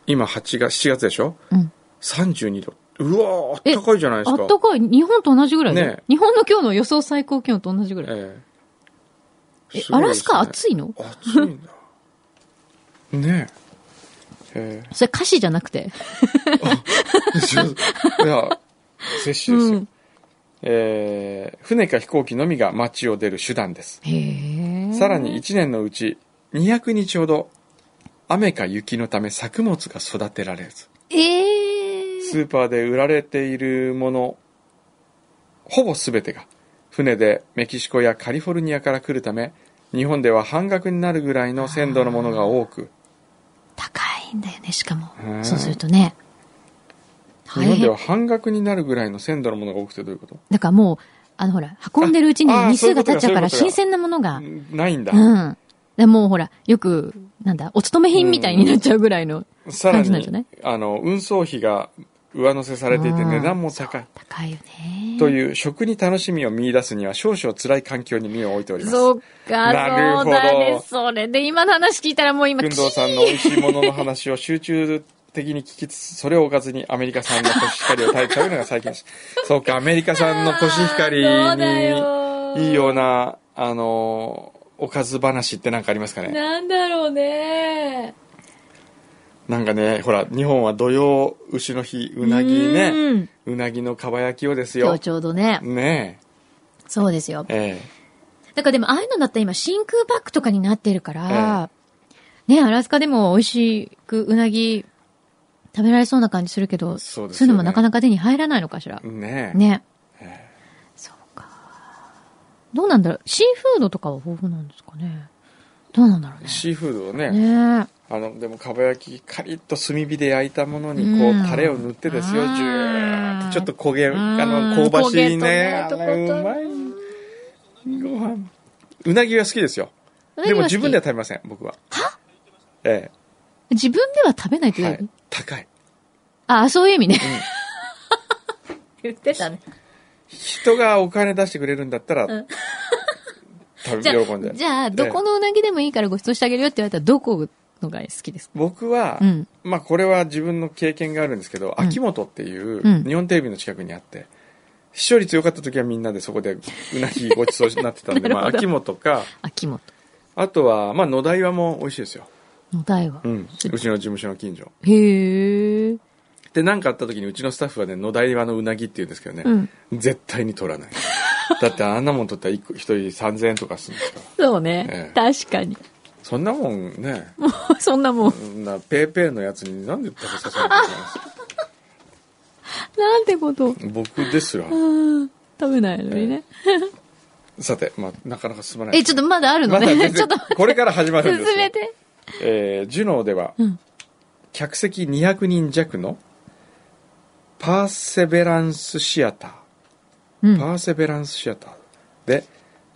Speaker 1: 今8月、7月でしょ
Speaker 2: うん。
Speaker 1: ?32 度。うわー、あったかいじゃないです
Speaker 2: あ
Speaker 1: か。
Speaker 2: ったかい。日本と同じぐらいだよ
Speaker 1: ねえ
Speaker 2: 日本の今日の予想最高気温と同じぐらい。
Speaker 1: ええ
Speaker 2: え、アラスカ
Speaker 1: い
Speaker 2: 暑いの
Speaker 1: ですね。暑いんだ。ねえ。へ
Speaker 2: それ歌詞じゃなくて。
Speaker 1: え。そう いや、摂取ですよ。
Speaker 2: うん
Speaker 1: えー船か飛行機のみが街を出る手段です。
Speaker 2: へえ。
Speaker 1: さらに1年のうち200日ほど雨か雪のため作物が育てられず、
Speaker 2: ええ。
Speaker 1: スーパーで売られているものほぼ全てが船でメキシコやカリフォルニアから来るため日本では半額になるぐらいの鮮度のものが多く
Speaker 2: 高いんだよね、しかも
Speaker 1: う。ん
Speaker 2: そうするとね。
Speaker 1: 日
Speaker 2: 大
Speaker 1: 本で
Speaker 2: 変
Speaker 1: は。半額になるぐらいの鮮度のものが多くてどういうこと
Speaker 2: だからもう、あのほら、運んでるうちに
Speaker 1: ああー
Speaker 2: 日数が経っちゃうから
Speaker 1: そういうことかそうい
Speaker 2: 新鮮
Speaker 1: うことか
Speaker 2: なものが。
Speaker 1: ないんだ、
Speaker 2: うん。でもうほら、よく、なんだ、お勤め品みたいになっちゃうぐらいの。
Speaker 1: さら
Speaker 2: 感じなんじゃな
Speaker 1: に
Speaker 2: い
Speaker 1: あの運送費が上乗せされていて
Speaker 2: うん
Speaker 1: 値段も高い
Speaker 2: 高いよね。
Speaker 1: という食に楽しみを見出すには少々辛い環境に身を置いております
Speaker 2: そうか、
Speaker 1: なる
Speaker 2: そ
Speaker 1: ほ
Speaker 2: う
Speaker 1: ど
Speaker 2: だね。それで今の話聞いたらもう今、
Speaker 1: 工藤さんの美味しいものの話を集中的に聞きつつ、それをおかずにアメリカ産のコシヒカリを食べちゃうのが最近 です。そうか、アメリカ産のコシヒカリ
Speaker 2: そうだよ
Speaker 1: にいいような、あの、おかず話ってなんかありますかね
Speaker 2: なんだろうね。
Speaker 1: なんかね、ほら、日本は土曜牛の日、うなぎね、
Speaker 2: うん。
Speaker 1: うなぎのかば焼きをです
Speaker 2: 今
Speaker 1: よ
Speaker 2: 日。ちょうどね。
Speaker 1: ね
Speaker 2: そうですよ。
Speaker 1: え、え
Speaker 2: だからでも、ああいうのだったら今、真空パックとかになってるから、ね、アラスカでも美味しくうなぎ食べられそうな感じするけど、
Speaker 1: そうですよね
Speaker 2: いうのもなかなか手に入らないのかしら
Speaker 1: え。ねえ。
Speaker 2: ね。
Speaker 1: え
Speaker 2: そうか。どうなんだろう。シーフードとかは豊富なんですかね。どうなんだろう
Speaker 1: え
Speaker 2: ね。
Speaker 1: シーフードをね、
Speaker 2: ね
Speaker 1: あの、でも、かば焼き、カリッと炭火で焼いたものに、こう、
Speaker 2: うん
Speaker 1: タレを塗ってですよ、
Speaker 2: う
Speaker 1: ジ
Speaker 2: ん
Speaker 1: ューって、ちょっと焦げ、
Speaker 2: ん
Speaker 1: あの、香ばしい
Speaker 2: 焦げとね
Speaker 1: ね。あ
Speaker 2: とこ
Speaker 1: れ、
Speaker 2: と
Speaker 1: うまい。ご飯。うなぎは好きですよ。
Speaker 2: え。
Speaker 1: でも、自分で
Speaker 2: うなぎが
Speaker 1: は
Speaker 2: 好
Speaker 1: 食べません、僕は。え
Speaker 2: き自分では食べないとい
Speaker 1: え。
Speaker 2: う、
Speaker 1: はい。高い。
Speaker 2: ああ、そういう意味ね。 言ってたね。
Speaker 1: 人がお金出してくれるんだったら
Speaker 2: ん、
Speaker 1: 食
Speaker 2: じゃ
Speaker 1: べ、喜ん
Speaker 2: あ、
Speaker 1: で。
Speaker 2: じゃあ、どこのうなぎでもいいからご馳走してあげるよって言われたら、どこのが好きですか
Speaker 1: 僕は
Speaker 2: うん、
Speaker 1: まあ、これは自分の経験があるんですけど、秋元っていう
Speaker 2: うん、
Speaker 1: 日本テレビの近くにあって、視聴率良かった時はみんなでそこでうなぎごちそうになってたんで、
Speaker 2: なるほ
Speaker 1: ま
Speaker 2: ど
Speaker 1: あ、秋元か、
Speaker 2: 秋元。
Speaker 1: あとは、まあ、野台はも美味しいですよ。
Speaker 2: 野台は。
Speaker 1: うん。うちの事務所の近所。
Speaker 2: へえ。
Speaker 1: で何かあった時にうちのスタッフはね野台湾のうなぎって言うんですけどね、
Speaker 2: うん
Speaker 1: 絶対に取らない だってあんなもん取ったら一個一人3000円とかするんですから
Speaker 2: そうね、
Speaker 1: ええ
Speaker 2: 確かに。
Speaker 1: そんなもんね
Speaker 2: もう、そんなもん。
Speaker 1: そんなペーペーのやつになんで食べさせなきゃいけないんですか
Speaker 2: なんてこと。
Speaker 1: 僕ですら
Speaker 2: うん食べないのにね。
Speaker 1: さて、まあ、なかなか進まない
Speaker 2: え、ちょっとまだあるの
Speaker 1: まだ全
Speaker 2: ね。
Speaker 1: 然
Speaker 2: ちょっと、
Speaker 1: これから始まるん
Speaker 2: 進
Speaker 1: ですよ
Speaker 2: めて。
Speaker 1: えージュノーでは、
Speaker 2: うん
Speaker 1: 客席200人弱のパーセベランスシアター、
Speaker 2: うん。
Speaker 1: パーセベランスシアターで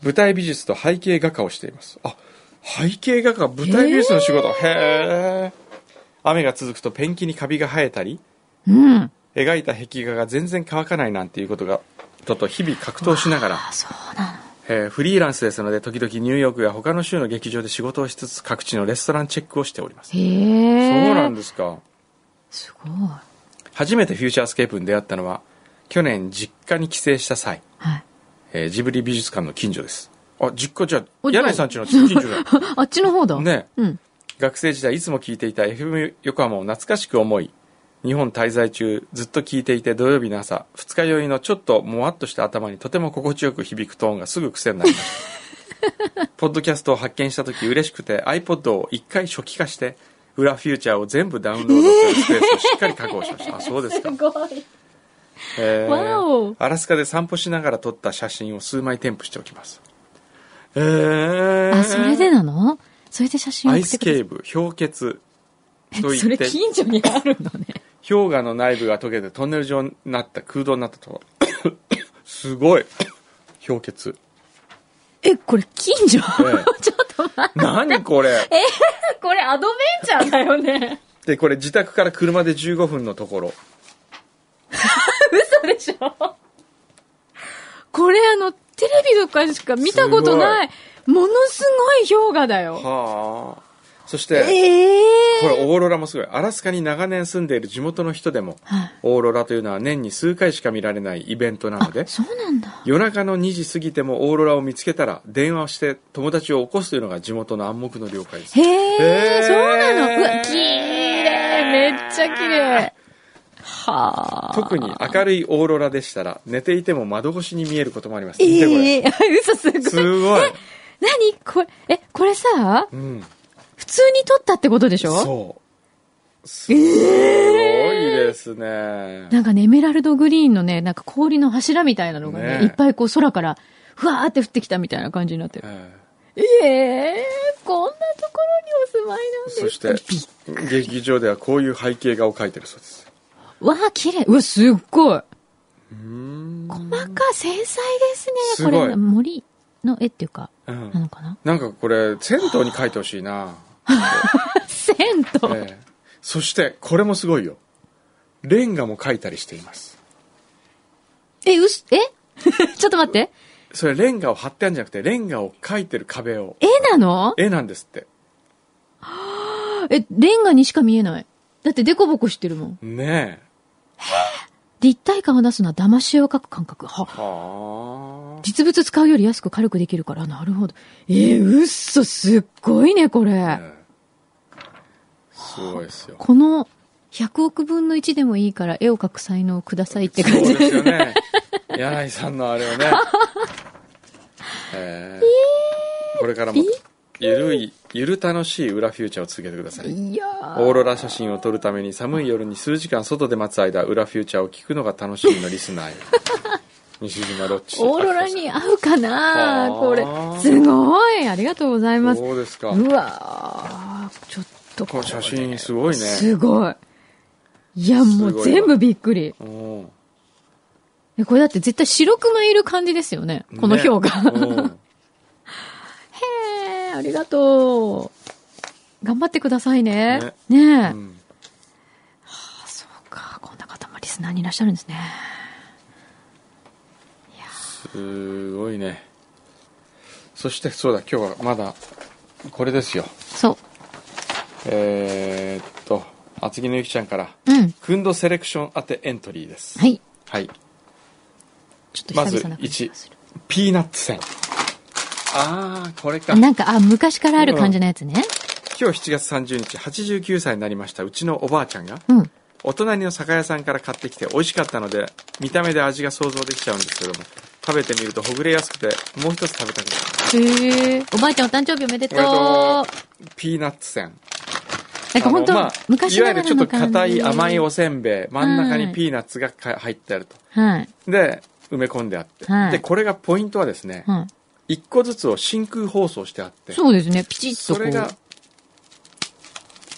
Speaker 1: 舞台美術と背景画家をしていますあ背景画家舞台美術の仕事へえ雨が続くとペンキにカビが生えたり
Speaker 2: うん。
Speaker 1: 描いた壁画が全然乾かないなんていうことがとと日々格闘しながら
Speaker 2: あ、そうなの。
Speaker 1: えーフリーランスですので時々ニューヨークや他の州の劇場で仕事をしつつ各地のレストランチェックをしております、
Speaker 2: へえ。
Speaker 1: そうなん
Speaker 2: だ。
Speaker 1: ですか
Speaker 2: すごい。
Speaker 1: 初めてフューチャースケープに出会ったのは去年実家に帰省した際、
Speaker 2: はい。
Speaker 1: えージブリ美術館の近所ですあ実家じゃあ
Speaker 2: おじゃあ
Speaker 1: 柳井さんちの近所 だ
Speaker 2: あっちの方だ。
Speaker 1: ね
Speaker 2: うん。
Speaker 1: 学生時代いつも聞いていた FM 横浜を懐かしく思い日本滞在中ずっと聞いていて土曜日の朝二日酔いのちょっともわっとした頭にとても心地よく響くトーンがすぐ癖になりました ポッドキャストを発見した時嬉しくて iPod を一回初期化して裏フューチャーを全部ダウンロードするスペースをしっかり確保しました、 あそうですか
Speaker 2: ごい。
Speaker 1: えー
Speaker 2: わお
Speaker 1: アラスカで散歩しながら撮った写真を数枚添付しておきますえー
Speaker 2: あ、それでなのそれで写真
Speaker 1: ア
Speaker 2: 送
Speaker 1: イ
Speaker 2: って
Speaker 1: ス
Speaker 2: くれ
Speaker 1: ケ
Speaker 2: る
Speaker 1: ーブ氷結とい
Speaker 2: それ
Speaker 1: って
Speaker 2: 近所にあるのね。
Speaker 1: 氷河の内部が溶けてトンネル状になった空洞になったとこ ろすごい氷結
Speaker 2: え、これ近所 ちょっ
Speaker 1: え
Speaker 2: と待って。
Speaker 1: 何これ
Speaker 2: これアドベンチャーだよね。
Speaker 1: でこれ自宅から車で15分のところ
Speaker 2: 嘘でしょ これあの、テレビとかしか見たことない、ものすごい氷河だよ。
Speaker 1: はあそし
Speaker 2: え
Speaker 1: て
Speaker 2: え
Speaker 1: これオーロラもすごいアラスカに長年住んでいる地元の人でも
Speaker 2: はい
Speaker 1: オーロラというのは年に数回しか見られないイベントなので
Speaker 2: そうなんだ。
Speaker 1: 夜中の2時過ぎてもオーロラを見つけたら電話をして友達を起こすというのが地元の暗黙の了解です
Speaker 2: へえ、
Speaker 1: へー
Speaker 2: そうなの。うわ、綺麗めっちゃ綺麗はあ。
Speaker 1: 特に明るいオーロラでしたら寝ていても窓越しに見えることもあります、見てこれ
Speaker 2: ええ嘘すごい。
Speaker 1: すごい、
Speaker 2: 何これ、え、これさ、
Speaker 1: うん、
Speaker 2: 普通に撮ったってことでしょ
Speaker 1: そうすごいですね、
Speaker 2: なんかね、エメラルドグリーンのね、なんか氷の柱みたいなのがね、
Speaker 1: ねえ
Speaker 2: いっぱいこう空から、ふわーって降ってきたみたいな感じになってる。
Speaker 1: え
Speaker 2: え
Speaker 1: え
Speaker 2: えこんなところにお住まいなん
Speaker 1: そ
Speaker 2: で
Speaker 1: し
Speaker 2: す
Speaker 1: て劇場ではこういう背景画を描いてるそうです
Speaker 2: わあ、綺麗。うわ、すっごい。
Speaker 1: うーん
Speaker 2: 細か、繊細ですね。
Speaker 1: すごい
Speaker 2: これ、森の絵っていうか、
Speaker 1: うん
Speaker 2: なのかな
Speaker 1: なんかこれ銭湯に描いてほしいな、
Speaker 2: 銭湯。
Speaker 1: ええそしてこれもすごいよレンガも描いたりしています
Speaker 2: え、うす、え ちょっと待って。
Speaker 1: それレンガを貼ってあるんじゃなくてレンガを描いてる壁を
Speaker 2: 絵なの
Speaker 1: 絵なんですって
Speaker 2: え、レンガにしか見えない。だってデコボコしてるもん。
Speaker 1: ねえ
Speaker 2: 立体感を出すのは騙し絵を描く感覚。は、
Speaker 1: はあ
Speaker 2: 実物使うより安く軽くできるから、なるほど。えー、うっそ、すっごいね、これ。
Speaker 1: すごいですよ
Speaker 2: この、100億分の1でもいいから絵を描く才能をくださいって
Speaker 1: そ
Speaker 2: 感
Speaker 1: う
Speaker 2: じ。
Speaker 1: ですよね柳井さんのあれ をね、えーこれからもゆるいゆる楽しい裏フューチャーを続けてください
Speaker 2: いや
Speaker 1: オー
Speaker 2: ー。
Speaker 1: ロラ写真を撮るために寒い夜に数時間外で待つ間裏フューチャーを聞くのが楽しみのリスナ ーへ西島ロッチ
Speaker 2: オーロラに合うかな
Speaker 1: あー
Speaker 2: これ。すごいありがとうございます。
Speaker 1: そうですか
Speaker 2: うわー。ちょっと
Speaker 1: こ
Speaker 2: こ
Speaker 1: の
Speaker 2: れ
Speaker 1: 写真すごいね
Speaker 2: すごい。いや、も
Speaker 1: すごいわ
Speaker 2: う全部びっくり。
Speaker 1: うん
Speaker 2: えこれだって絶対白熊いる感じですよね。この
Speaker 1: ね
Speaker 2: 評価。
Speaker 1: うん
Speaker 2: へえ、ありがとう。頑張ってくださいね。ねえ、
Speaker 1: うん
Speaker 2: そうか、こんな方もリスナーにいらっしゃるんですね。
Speaker 1: すごいねそしてそうだ今日はまだこれですよ
Speaker 2: そ
Speaker 1: えーっと厚木のゆきちゃんから
Speaker 2: う。うん。
Speaker 1: くんどセレクション当てエントリーです、
Speaker 2: はいい。
Speaker 1: はい、
Speaker 2: ちょっと久々な感じがする。
Speaker 1: ピーナッツ戦ああこれか
Speaker 2: なんか、あ、昔からある感じのやつね。
Speaker 1: 今日7月30日89歳になりましたうちのおばあちゃんが
Speaker 2: うん。
Speaker 1: お隣の酒屋さんから買ってきて美味しかったので見た目で味が想像できちゃうんですけども食べてみるとほぐれやすくてもう一つ食べたくなる
Speaker 2: へえ。おばあちゃんお誕生日おめでとう。
Speaker 1: おめでとピーナッツせん
Speaker 2: なんか本当、
Speaker 1: あのまあ
Speaker 2: 昔
Speaker 1: いわ
Speaker 2: なが
Speaker 1: ゆる
Speaker 2: ら
Speaker 1: ちょっと
Speaker 2: の感じ。
Speaker 1: 硬い甘いおせんべい真ん中にピーナッツがか入ってあると
Speaker 2: はい。
Speaker 1: で埋め込んであって、
Speaker 2: はい
Speaker 1: でこれがポイントはですね、
Speaker 2: は
Speaker 1: 一個ずつを真空包装してあって
Speaker 2: い。そうですね。ピチッと
Speaker 1: そ
Speaker 2: こ
Speaker 1: れが
Speaker 2: う。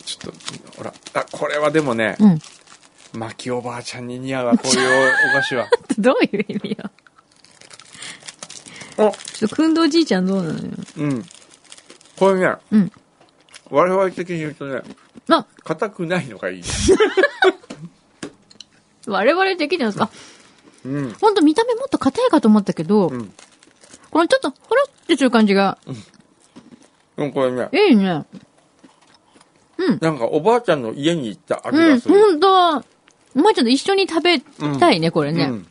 Speaker 1: ちょっとほらあこれはでもね、
Speaker 2: うん。
Speaker 1: マキおばあちゃんに似合うわこういうお菓子 は
Speaker 2: どういう意味よ。
Speaker 1: お
Speaker 2: ちょっと、くんどうじいちゃんどうなのよ。
Speaker 1: うんこれね
Speaker 2: うん。
Speaker 1: 我々的に言うとね
Speaker 2: あ、
Speaker 1: 硬くないの がいい、
Speaker 2: 我々的じゃないですか。
Speaker 1: うん
Speaker 2: ほんと見た目もっと硬いかと思ったけど、
Speaker 1: うん、
Speaker 2: このちょっと、ほろってする感じが、
Speaker 1: でもこれね
Speaker 2: いいね。
Speaker 1: なんかおばあちゃんの家に行った味
Speaker 2: う
Speaker 1: が
Speaker 2: ん、
Speaker 1: する、
Speaker 2: ほんと、まあちょっと一緒に食べたいね、これね。
Speaker 1: うん。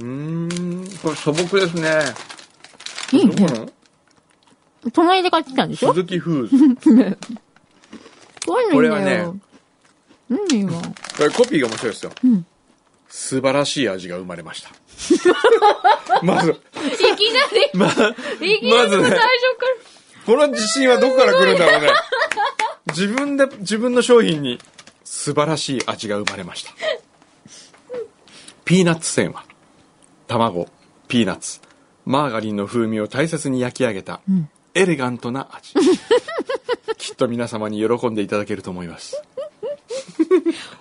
Speaker 1: うーん、これ素朴ですね。
Speaker 2: いいね
Speaker 1: どこの
Speaker 2: 隣で買ってきたんでしょ
Speaker 1: 鈴木フーズ。
Speaker 2: こういうのいいんだよ。
Speaker 1: これはね
Speaker 2: うん、いい わ。
Speaker 1: これコピーが面白いですよ。
Speaker 2: ん
Speaker 1: 素晴らしい味が生まれました。 まず、
Speaker 2: いきなり、
Speaker 1: ま、
Speaker 2: いきな
Speaker 1: ま
Speaker 2: り最
Speaker 1: ず
Speaker 2: 初
Speaker 1: ね
Speaker 2: から。
Speaker 1: この自信はどこから来るんだろうね。自分で、自分の商品に素晴らしい味が生まれました。ピーナッツせんは、卵、ピーナッツ、マーガリンの風味を大切に焼き上げた、エレガントな味。きっと皆様に喜んでいただけると思います。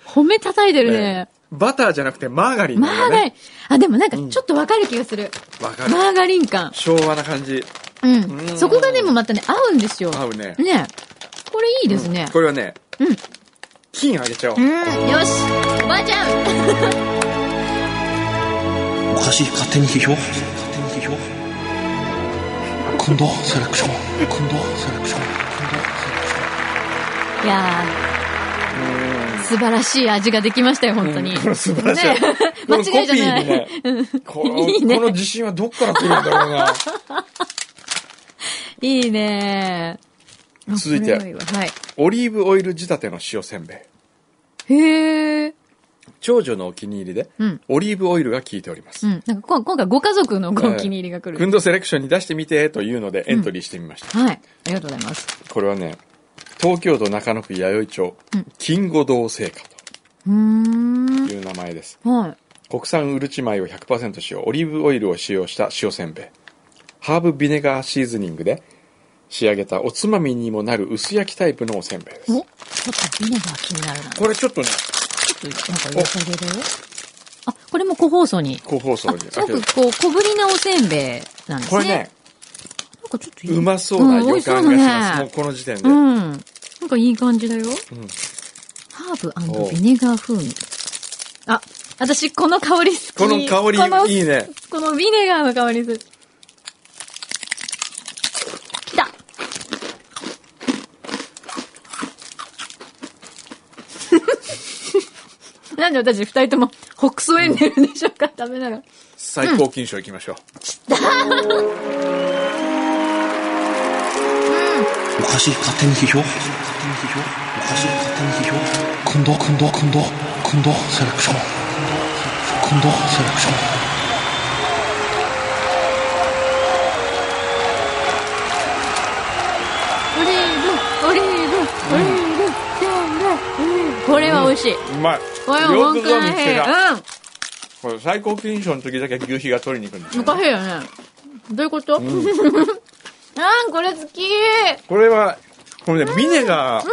Speaker 2: 褒め叩いてるね。
Speaker 1: バターじゃなくてマーガリン
Speaker 2: マ
Speaker 1: なん
Speaker 2: ー
Speaker 1: だ
Speaker 2: ガリ
Speaker 1: ね
Speaker 2: ン。。あ、でもなんかちょっとわかる気がする。
Speaker 1: わかる。
Speaker 2: マーガリン感。
Speaker 1: 昭和な感じ。
Speaker 2: うん。
Speaker 1: うん
Speaker 2: そこがでもまたね、合うんですよ。
Speaker 1: 合うね。
Speaker 2: ねこれいいですね。
Speaker 1: これはね、
Speaker 2: うん
Speaker 1: 金あげちゃおう。
Speaker 2: うん、よしおばあちゃん
Speaker 4: おかしい勝手に批評勝手に批評今度セレクション今度セレクション今度セレクション
Speaker 2: いやー素晴らしい味ができましたよ、本当に。
Speaker 1: これ素晴らしい。
Speaker 2: ね間違いじゃな
Speaker 1: こ
Speaker 2: い。
Speaker 1: のコピーにね
Speaker 2: いいね
Speaker 1: このこの自信はどっから来るんだろう な。
Speaker 2: いいねー
Speaker 1: 続いて
Speaker 2: あこれはいいわはい。
Speaker 1: オリーブオイル仕立ての塩せんべい。
Speaker 2: へー
Speaker 1: 長女のお気に入りで、
Speaker 2: うん
Speaker 1: オリーブオイルが効いておりま
Speaker 2: う
Speaker 1: す。
Speaker 2: ん。なんかこ今回ご家族のごお気に入りが来
Speaker 1: くん
Speaker 2: る。
Speaker 1: どセレクションに出してみてというのでエントリーしてみました。
Speaker 2: はい。ありがとうございます。
Speaker 1: これはね、東京都中野区弥生町、金吾堂製菓
Speaker 2: うーん
Speaker 1: と。いう名前です。
Speaker 2: はい。
Speaker 1: 国産うるち米を100%使用オリーブオイルを使用した塩せんべいハーブビネガーシーズニングで仕上げたおつまみにもなる薄焼きタイプのおせんべいで
Speaker 2: おち
Speaker 1: す
Speaker 2: ょっとビネガー気になるな。ちょ
Speaker 1: これちょっとね
Speaker 2: っとなんか入れてあげるよ。あ、これも個包装に。
Speaker 1: 高放
Speaker 2: あ
Speaker 1: 送に
Speaker 2: すごくこう、小ぶりなおせんべいなんですね。
Speaker 1: これね
Speaker 2: なんかちょっといいう
Speaker 1: まそうな予感がします、
Speaker 2: うん美味しそうだね
Speaker 1: もうこの時点で、
Speaker 2: うん。なんかいい感じだよ。ハーブビネガー風味。あ、私この香り好き。
Speaker 1: この香り
Speaker 2: この
Speaker 1: いいね
Speaker 2: このビネガーの香りする。来 たなんで私二人とも北総エンネルでしょうか食べながら。
Speaker 1: 最高金賞いきましょう、
Speaker 4: おかしい勝手に批評勝手に批評おかしい勝手に批評今度今度今度今度セレクション今度セレクション
Speaker 2: オリーブ、オリーブ、オリーブ、せんべいオリーブこれは美味しい。
Speaker 1: うまい
Speaker 2: これは
Speaker 1: よ
Speaker 2: 文
Speaker 1: く
Speaker 2: 句
Speaker 1: ぞ
Speaker 2: な
Speaker 1: 見
Speaker 2: い
Speaker 1: つけ
Speaker 2: へ
Speaker 1: た
Speaker 2: うん。
Speaker 1: これ最高金賞の時だけ牛皮が取りに行くんです
Speaker 2: お
Speaker 1: よ、
Speaker 2: かしいよね。どういうことあーこれ好き聞いて
Speaker 1: これはこれねビネガー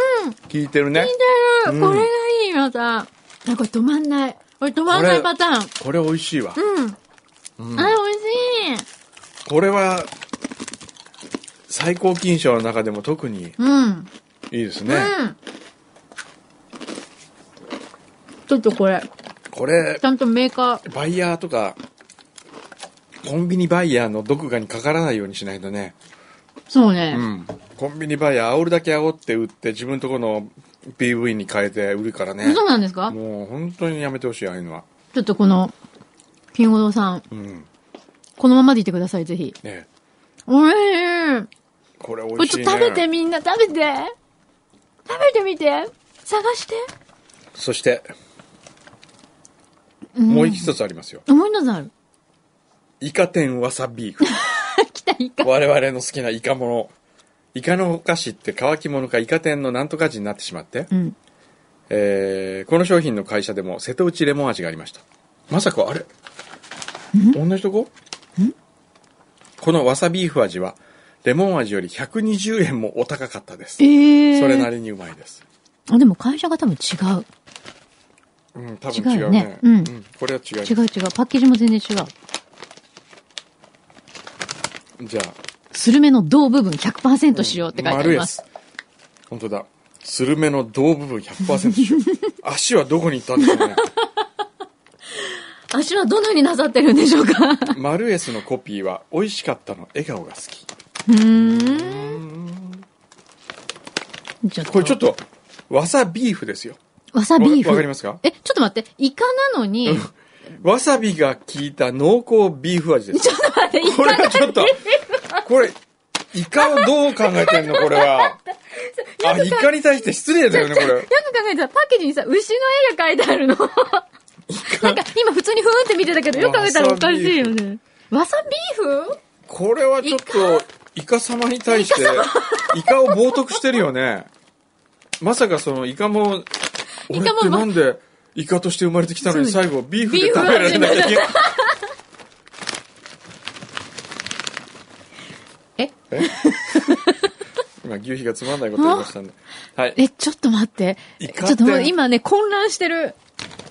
Speaker 1: 効いてるね、
Speaker 2: る、これがいいまた。あ、これ止まんない。これ止まんないパターン。
Speaker 1: これ美味しいわ、
Speaker 2: うん。あ、美味しい。
Speaker 1: これは最高金賞の中でも特に
Speaker 2: うん。うん。
Speaker 1: いいですね、
Speaker 2: ちょっとこれ、
Speaker 1: これ
Speaker 2: ちゃんとメーカー。
Speaker 1: バイヤーとかコンビニバイヤーの毒牙にかからないようにしないとね、
Speaker 2: そうね。
Speaker 1: うん、コンビニバイヤー煽るだけ煽って売って自分とこの PV に変えて売るからね
Speaker 2: そうなんですか
Speaker 1: もう本当にやめてほしいああいうのは、
Speaker 2: ちょっとこの、金吾堂さん、
Speaker 1: うん
Speaker 2: このままでいてください、ぜひ。
Speaker 1: ね、
Speaker 2: おいしい。
Speaker 1: これ美
Speaker 2: これ
Speaker 1: 味し
Speaker 2: ち
Speaker 1: い、
Speaker 2: ょ
Speaker 1: ね、
Speaker 2: っと食べてみんな、食べて。食べてみて。探して。
Speaker 1: そしてもう一つありますよ。
Speaker 2: 思いのざる。
Speaker 1: イカ天わさビーフ。
Speaker 2: 来た、イカ。
Speaker 1: 我々の好きなイカもの。イカのお菓子って乾き物かイカ天のなんとか味になってしまって、
Speaker 2: うん。
Speaker 1: えーこの商品の会社でも瀬戸内レモン味がありました。まさかあれ同じとここのわさビーフ味は、レモン味より120円もお高かったです。
Speaker 2: えー。
Speaker 1: それなりにうまいです。
Speaker 2: あ、でも会社が多分違う。
Speaker 1: うん、多分違うね。
Speaker 2: 違うよねうん
Speaker 1: これは違う。
Speaker 2: 違う違う。パッケージも全然違う。
Speaker 1: じゃあ、
Speaker 2: スルメの胴部分100%使用って書いてあります。
Speaker 1: 丸です。本当だ。スルメの胴部分100%使用。 足はどこに行ったんでしょうね。
Speaker 2: 足はどのようになさってるんでしょうかう
Speaker 1: マルエスのコピーは、美味しかったの笑顔が好き。
Speaker 2: ーん。ちょっと。
Speaker 1: これちょっ。と、わさビーフですよ。
Speaker 2: わさビーフ。
Speaker 1: わわかりますか
Speaker 2: え、ちょっと待って。イカなのに、
Speaker 1: わさびが効いた濃厚ビーフ味です。
Speaker 2: 待ってイ
Speaker 1: こ
Speaker 2: カ
Speaker 1: れはちょっと、これ、イカをどう考えてんのこれは。あ、イカに対して失礼だよね、これ。
Speaker 2: よく考えたらパッケージにさ、牛の絵が描いてあるの。なんか 今普通にふーんって見てたけど、よく考えたらおかしいよね。わさビーフ
Speaker 1: これはちょっと、イカ様に対して、イカを冒涜してるよね。まさかその、イカも、俺
Speaker 2: イ
Speaker 1: っ
Speaker 2: カも
Speaker 1: てなんで、イカとして生まれてきたのに
Speaker 2: そう
Speaker 1: 最後、ビーフで食べられなきゃいけない。
Speaker 2: え
Speaker 1: え 今、牛皮がつまんないこと言いましたんで。はい。
Speaker 2: え、ちょっと待って。
Speaker 1: イ
Speaker 2: ち
Speaker 1: カ
Speaker 2: ょっと待っ
Speaker 1: って
Speaker 2: て今ね、混乱してる。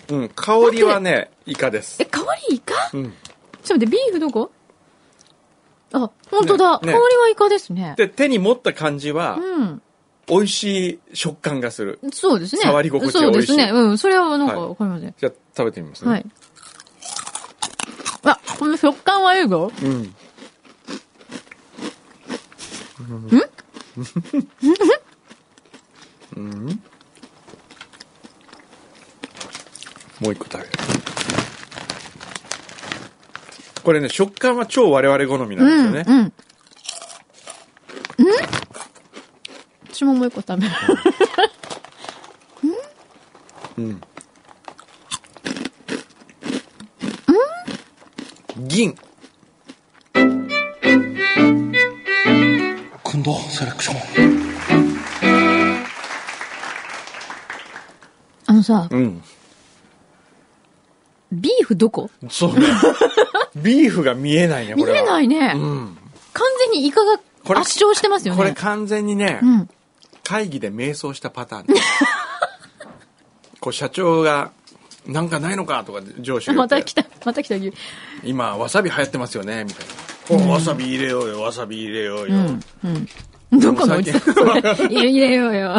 Speaker 1: うん、香りはね、イカです
Speaker 2: え、。香りイカ
Speaker 1: うん。
Speaker 2: ちょっと待って、ビーフどこあ、本当だ。
Speaker 1: ねね
Speaker 2: 香りはイカですね。
Speaker 1: で、手に持った感じは、
Speaker 2: うん。
Speaker 1: 美味しい食感がする。
Speaker 2: そうですね。
Speaker 1: 触り心地が
Speaker 2: そう
Speaker 1: 美
Speaker 2: で
Speaker 1: 味しい
Speaker 2: すね。うん。それはなんか
Speaker 1: はい
Speaker 2: わかりません。
Speaker 1: じゃあ、食べてみますね。
Speaker 2: はい。あ、この食感はいいぞ。
Speaker 1: うん。うん。もう一個食べる。これね、食感は超我々好み
Speaker 2: う
Speaker 1: なん
Speaker 2: ん。
Speaker 1: です
Speaker 2: う
Speaker 1: よ
Speaker 2: ん。
Speaker 1: ね。
Speaker 2: ん私ももう一個食べ る。
Speaker 1: うん。銀。
Speaker 4: くんどセレクション
Speaker 2: あのさ、
Speaker 1: うん。
Speaker 2: ビーフどこ
Speaker 1: そうね。ビーフが見えないね、こ
Speaker 2: 見
Speaker 1: れは。
Speaker 2: えないね。
Speaker 1: うん。
Speaker 2: 完全にイカが
Speaker 1: これ
Speaker 2: 圧勝してますよね。
Speaker 1: これ完全にね、
Speaker 2: うん。
Speaker 1: 会議で迷走したパターンですこう社長が「なんかないのか?」とか上司が言
Speaker 2: ま
Speaker 1: って
Speaker 2: た来た、また来た。牛
Speaker 1: 今わさび流行ってますよね」みたいな「ほうわさび入れようよわさび入れようよ」
Speaker 2: どこの おじさん
Speaker 1: 最
Speaker 2: それ。入れよう よ。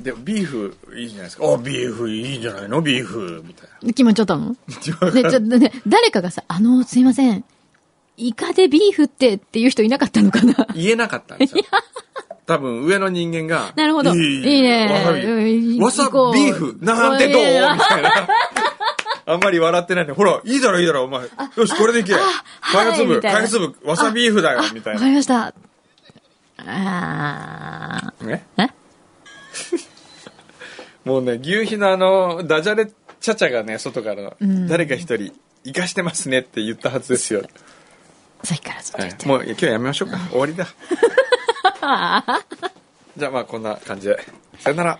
Speaker 1: でビーフいいじゃないですか「あビーフいいんじゃないのビーフ」みたいな
Speaker 2: 決まっちゃったの
Speaker 1: 違
Speaker 2: で、ちょっとね、誰かがさ、あの、すいません。イカでビーフってっていう人いなかったのかな
Speaker 1: 言えなかったんですよ多分上の人間が「
Speaker 2: なるほどいいね
Speaker 1: わさ
Speaker 2: うんい
Speaker 1: び
Speaker 2: い
Speaker 1: わさ
Speaker 2: 行こう
Speaker 1: ビーフなんてどう?」
Speaker 2: いいね
Speaker 1: みたいな。 あんまり笑ってないのにほら、いいだろ、いいだろ、お前。よし、これでいけ。開発
Speaker 2: は
Speaker 1: 部、
Speaker 2: いみたい
Speaker 1: 開
Speaker 2: な
Speaker 1: 発部、わさビーフだよ、 みたい
Speaker 2: わか。
Speaker 1: な
Speaker 2: りました。あ
Speaker 1: ね
Speaker 2: え
Speaker 1: もうね牛皮のあのダジャレチャチャがね外から、誰か一人生かしてますねって言ったはずですよ、
Speaker 2: ーさっきからずっと
Speaker 1: は
Speaker 2: 言
Speaker 1: い
Speaker 2: って、
Speaker 1: もういや今日やめましょうか終わ りだじゃあまあこんな感じでさよなら